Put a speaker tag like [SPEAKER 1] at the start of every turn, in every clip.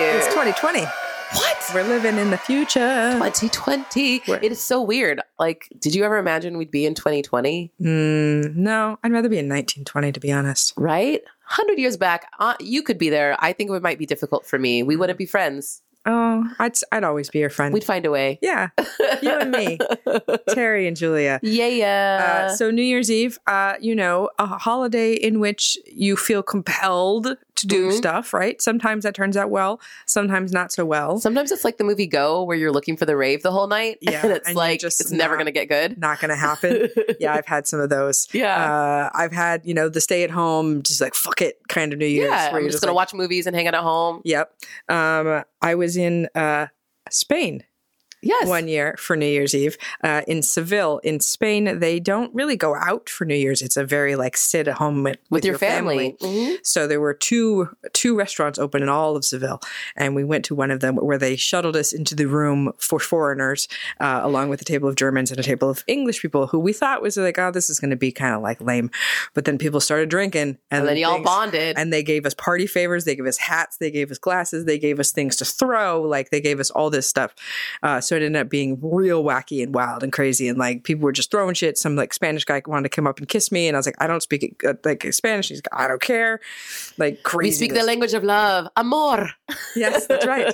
[SPEAKER 1] 2020.
[SPEAKER 2] What?
[SPEAKER 1] We're living in the future.
[SPEAKER 2] 2020.
[SPEAKER 1] Where-
[SPEAKER 2] It is so weird. Like, did you ever imagine we'd be in 2020?
[SPEAKER 1] Mm, no, I'd rather be in 1920, to be honest.
[SPEAKER 2] Right? 100 years back, uh, you could be there. I think it might be difficult for me. We wouldn't be friends.
[SPEAKER 1] Oh, I'd, I'd always be your friend.
[SPEAKER 2] We'd find a way.
[SPEAKER 1] yeah, you and me, Terry and Julia.
[SPEAKER 2] Yeah, yeah.
[SPEAKER 1] Uh, so New Year's Eve, uh, you know, a holiday in which you feel compelled to do
[SPEAKER 2] Mhm.
[SPEAKER 1] stuff, right? Sometimes that turns out well, sometimes not so well.
[SPEAKER 2] Sometimes it's like the movie Go, where you're looking for the rave the whole night,
[SPEAKER 1] Yeah,
[SPEAKER 2] and it's
[SPEAKER 1] and you're
[SPEAKER 2] like
[SPEAKER 1] just
[SPEAKER 2] it's never
[SPEAKER 1] not-
[SPEAKER 2] going to get good.
[SPEAKER 1] Not going to happen. yeah, I've had some of those.
[SPEAKER 2] yeah,
[SPEAKER 1] Uh, I've had, you know, the stay at home, just like fuck it kind of New Year's.
[SPEAKER 2] yeah.
[SPEAKER 1] where
[SPEAKER 2] I'm
[SPEAKER 1] you're
[SPEAKER 2] just, going
[SPEAKER 1] like,
[SPEAKER 2] to watch movies and hang out at home.
[SPEAKER 1] Yep. Um, I was in uh, Spain
[SPEAKER 2] Yes,
[SPEAKER 1] one year for New Year's Eve uh, in Seville. In Spain, they don't really go out for New Year's. It's a very like sit at home with,
[SPEAKER 2] with, your, family. Mhm.
[SPEAKER 1] So there were two two restaurants open in all of Seville, and we went to one of them where they shuttled us into the room for foreigners, uh, along with a table of Germans and a table of English people who we thought was like, oh, this is going to be kind of like lame, but then people started drinking,
[SPEAKER 2] And then y'all
[SPEAKER 1] things-
[SPEAKER 2] bonded.
[SPEAKER 1] and they gave us party favors. They gave us hats. They gave us glasses. They gave us things to throw. Like they gave us all this stuff. Uh, so it ended up being real wacky and wild and crazy. And like people were just throwing shit. Some like Spanish guy wanted to come up and kiss me, and I was like, I don't speak uh, like Spanish. He's like, I don't care. Like crazy.
[SPEAKER 2] we speak the language of love, amor.
[SPEAKER 1] yes, that's right.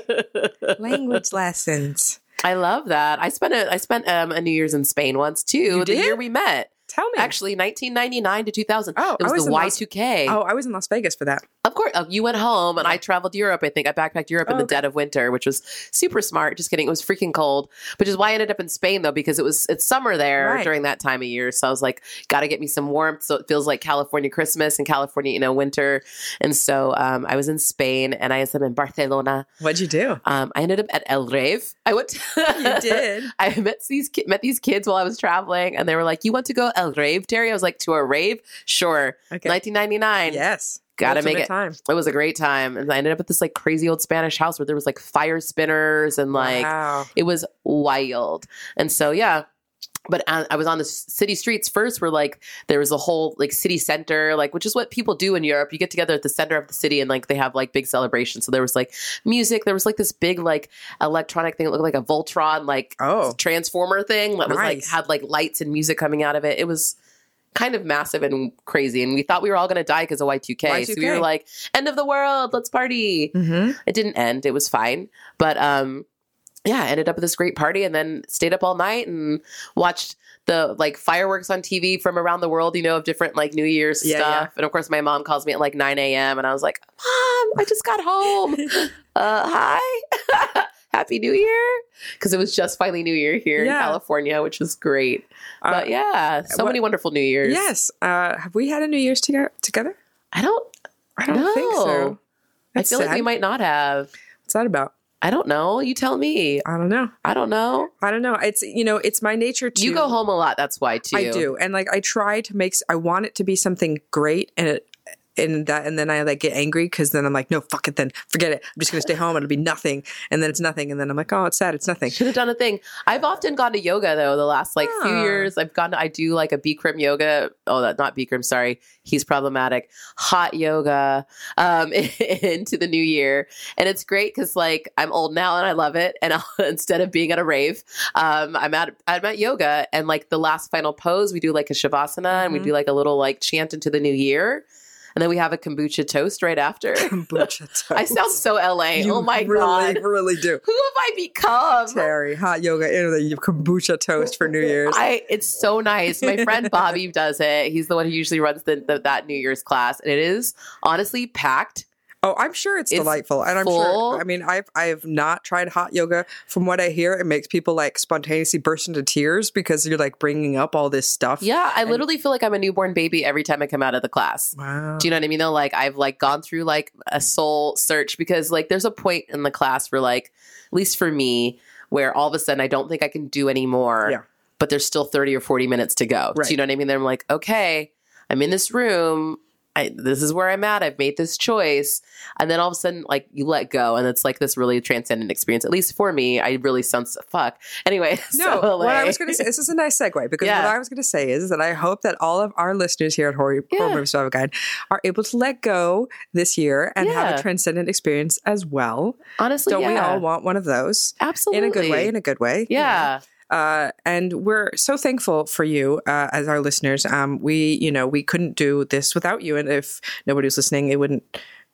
[SPEAKER 1] Language lessons.
[SPEAKER 2] I love that. I spent a I spent um, a New Year's in Spain once too.
[SPEAKER 1] You
[SPEAKER 2] the
[SPEAKER 1] did?
[SPEAKER 2] year we met,
[SPEAKER 1] Tell me.
[SPEAKER 2] actually, 1999 to 2000.
[SPEAKER 1] Oh,
[SPEAKER 2] it was,
[SPEAKER 1] I was
[SPEAKER 2] the
[SPEAKER 1] in
[SPEAKER 2] Y
[SPEAKER 1] Las-
[SPEAKER 2] two K.
[SPEAKER 1] Oh, I was in Las Vegas for that.
[SPEAKER 2] Of course, oh, you went home and I traveled Europe. I think I backpacked Europe in
[SPEAKER 1] Oh,
[SPEAKER 2] the
[SPEAKER 1] okay.
[SPEAKER 2] dead of winter, which was super smart. Just kidding, it was freaking cold, which is why I ended up in Spain though, because it was it's summer there
[SPEAKER 1] Right.
[SPEAKER 2] during that time of year. So I was like, got to get me some warmth, so it feels like California Christmas and California, you know, winter. And so um, I was in Spain and I ended up in Barcelona.
[SPEAKER 1] What'd you do?
[SPEAKER 2] Um, I ended up at El Rave. I went.
[SPEAKER 1] You did.
[SPEAKER 2] I met these ki- met these kids while I was traveling, and they were like, "You want to go El Rave, Terry?" I was like, "To a rave, sure."
[SPEAKER 1] Okay.
[SPEAKER 2] 1999.
[SPEAKER 1] yes.
[SPEAKER 2] Gotta
[SPEAKER 1] Ultimate
[SPEAKER 2] make it.
[SPEAKER 1] time.
[SPEAKER 2] It was a great time, and I ended up at this like crazy old Spanish house where there was like fire spinners and like
[SPEAKER 1] wow.
[SPEAKER 2] it was wild. And so yeah. But I I was on the s- city streets first, where like there was a whole like city center, like which is what people do in Europe. You get together at the center of the city and like they have like big celebrations. So there was like music, there was like this big like electronic thing that looked like a Voltron, like
[SPEAKER 1] Oh.
[SPEAKER 2] transformer thing that was like
[SPEAKER 1] Nice.
[SPEAKER 2] had like lights and music coming out of it. It was kind of massive and crazy, and we thought we were all going to die because of Y2K. So we
[SPEAKER 1] Y2K.
[SPEAKER 2] were like, "End of the world, let's party!"
[SPEAKER 1] Mm-hmm.
[SPEAKER 2] It didn't end; it was fine, but um, yeah, I ended up at this great party and then stayed up all night and watched the like fireworks on TV from around the world, you know, of different like New Year's
[SPEAKER 1] Yeah,
[SPEAKER 2] stuff. And of course, my mom calls me at like 9 a.m. and I was like, Mom, I just got home. uh, hi. Happy New Year. Because it was just finally New Year here in
[SPEAKER 1] Yeah. Uh,
[SPEAKER 2] California, which was great. but yeah, so
[SPEAKER 1] what-
[SPEAKER 2] many wonderful New Year's.
[SPEAKER 1] Yes. Uh, have we had a New Year's toge- together?
[SPEAKER 2] I don't,
[SPEAKER 1] I don't think so.
[SPEAKER 2] No.
[SPEAKER 1] That's
[SPEAKER 2] I feel
[SPEAKER 1] sad.
[SPEAKER 2] like we might not have.
[SPEAKER 1] What's that about?
[SPEAKER 2] I don't know. You tell me.
[SPEAKER 1] I don't know.
[SPEAKER 2] I don't know.
[SPEAKER 1] I don't know. It's you know, it's my nature to
[SPEAKER 2] You go home a lot. That's why, too.
[SPEAKER 1] I do, and like I try to make. s- I want it to be something great, and it and that, and then I like get angry because then I'm like, no, fuck it, then forget it. I'm just gonna stay home. It'll be nothing, and then it's nothing, and then I'm like, oh, it's sad. It's nothing.
[SPEAKER 2] Should have done a thing. I've often gone to yoga though. The last like few
[SPEAKER 1] Ah.
[SPEAKER 2] years, I've gone. To, I do like a Bikram yoga. Oh, that not Bikram. Sorry, he's problematic. Hot yoga um, into the new year, and it's great because like I'm old now and I love it. And I'll, instead of being at a rave, um, I'm at I'm at yoga, and like the last final pose, we do like a shavasana, and we
[SPEAKER 1] Mhm.
[SPEAKER 2] do like a little like chant into the new year, and then we have a kombucha toast right after.
[SPEAKER 1] Kombucha toast.
[SPEAKER 2] I sound so LA.
[SPEAKER 1] You
[SPEAKER 2] oh my
[SPEAKER 1] really,
[SPEAKER 2] god.
[SPEAKER 1] really do.
[SPEAKER 2] Who have I become?
[SPEAKER 1] Terry, hot yoga, you know, the kombucha toast for New Year's.
[SPEAKER 2] I it's so nice. My friend Bobby does it. He's the one who usually runs the, the that New Year's class, and it is honestly packed.
[SPEAKER 1] Oh, I'm sure it's,
[SPEAKER 2] It's
[SPEAKER 1] delightful, and I'm
[SPEAKER 2] full.
[SPEAKER 1] sure. I mean, I've I've not tried hot yoga. From what I hear, it makes people like spontaneously burst into tears because you're like bringing up all this stuff.
[SPEAKER 2] Yeah, I
[SPEAKER 1] And-
[SPEAKER 2] literally feel like I'm a newborn baby every time I come out of the class.
[SPEAKER 1] Wow.
[SPEAKER 2] Do you know what I mean? Though, like I've like gone through like a soul search because like there's a point in the class where like at least for me where all of a sudden I don't think I can do anymore.
[SPEAKER 1] Yeah.
[SPEAKER 2] But there's still 30 or 40 minutes to go. Do
[SPEAKER 1] Right.
[SPEAKER 2] you know what I mean? Then I'm like, okay, I'm in this room. I, this is where I'm at. I've made this choice. And then all of a sudden, like, you let go. And it's like this really transcendent experience, at least for me. I really sense, fuck. Anyway.
[SPEAKER 1] No,
[SPEAKER 2] so,
[SPEAKER 1] what I
[SPEAKER 2] like-
[SPEAKER 1] was going to say, this is a nice segue because
[SPEAKER 2] Yeah.
[SPEAKER 1] what I was going to say is that I hope that all of our listeners here at Horror,
[SPEAKER 2] Yeah.
[SPEAKER 1] Horror Movie Survival Guide are able to let go this year and have
[SPEAKER 2] Yeah.
[SPEAKER 1] a transcendent experience as well.
[SPEAKER 2] honestly,
[SPEAKER 1] Don't
[SPEAKER 2] yeah.
[SPEAKER 1] we all want one of those?
[SPEAKER 2] Absolutely.
[SPEAKER 1] In a good way, in a good way.
[SPEAKER 2] yeah.
[SPEAKER 1] Uh, and we're so thankful for you uh, as our listeners. Um, we, you know, we couldn't do this without you. And if nobody was listening, it wouldn't,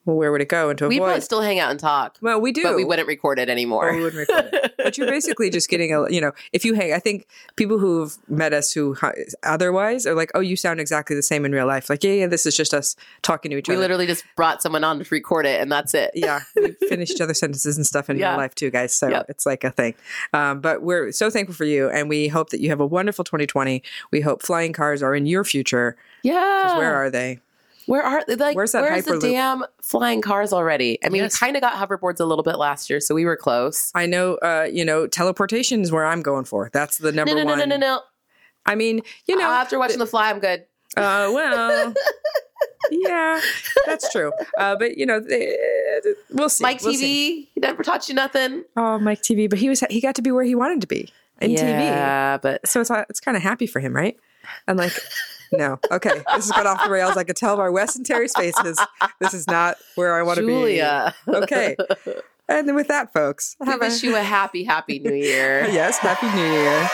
[SPEAKER 1] well, where would it go? And to
[SPEAKER 2] We
[SPEAKER 1] avoid.
[SPEAKER 2] probably still hang out and talk,
[SPEAKER 1] well, we do.
[SPEAKER 2] but we wouldn't record it
[SPEAKER 1] Or we
[SPEAKER 2] anymore.
[SPEAKER 1] wouldn't record it. But you're basically just getting a, you know, if you hang, I think people who've met us who hu- otherwise are like, oh, you sound exactly the same in real life. Like, yeah, yeah, this is just us talking to each
[SPEAKER 2] we
[SPEAKER 1] other.
[SPEAKER 2] literally just brought someone on to record it, and that's it.
[SPEAKER 1] yeah, we finish each other's sentences and stuff in
[SPEAKER 2] Yeah.
[SPEAKER 1] real life too, guys. So
[SPEAKER 2] Yep.
[SPEAKER 1] it's like a thing. Um, but we're so thankful for you, and we hope that you have a wonderful 2020. We hope flying cars are in your future. 'Cause
[SPEAKER 2] Yeah.
[SPEAKER 1] Where are they?
[SPEAKER 2] Where are like?
[SPEAKER 1] Where's that
[SPEAKER 2] where's the
[SPEAKER 1] Hyperloop?
[SPEAKER 2] damn flying cars already? I mean,
[SPEAKER 1] Yes.
[SPEAKER 2] we kind of got hoverboards a little bit last year, so we were close.
[SPEAKER 1] I know, uh, you know, teleportation is where I'm going for. That's the
[SPEAKER 2] No,
[SPEAKER 1] number
[SPEAKER 2] no, no,
[SPEAKER 1] one.
[SPEAKER 2] no, Ah. no, no.
[SPEAKER 1] I mean, you know,
[SPEAKER 2] after watching the fly, I'm good.
[SPEAKER 1] Uh, well, yeah, that's true. Uh, but you know, th- we'll see.
[SPEAKER 2] Mike
[SPEAKER 1] We'll
[SPEAKER 2] TV,
[SPEAKER 1] see.
[SPEAKER 2] he never taught you nothing.
[SPEAKER 1] Oh, Mike TV. But he was he got to be where he wanted to be in TV.
[SPEAKER 2] yeah, but
[SPEAKER 1] So it's it's kind of happy for him, right? And like. No. Okay. This has gone off the rails. I could tell by Wes and Terry's faces. This is not where I want to be.
[SPEAKER 2] Julia,
[SPEAKER 1] Okay. And then with that, folks,
[SPEAKER 2] we
[SPEAKER 1] have a,
[SPEAKER 2] wish you a happy, happy New Year.
[SPEAKER 1] yes, happy New Year.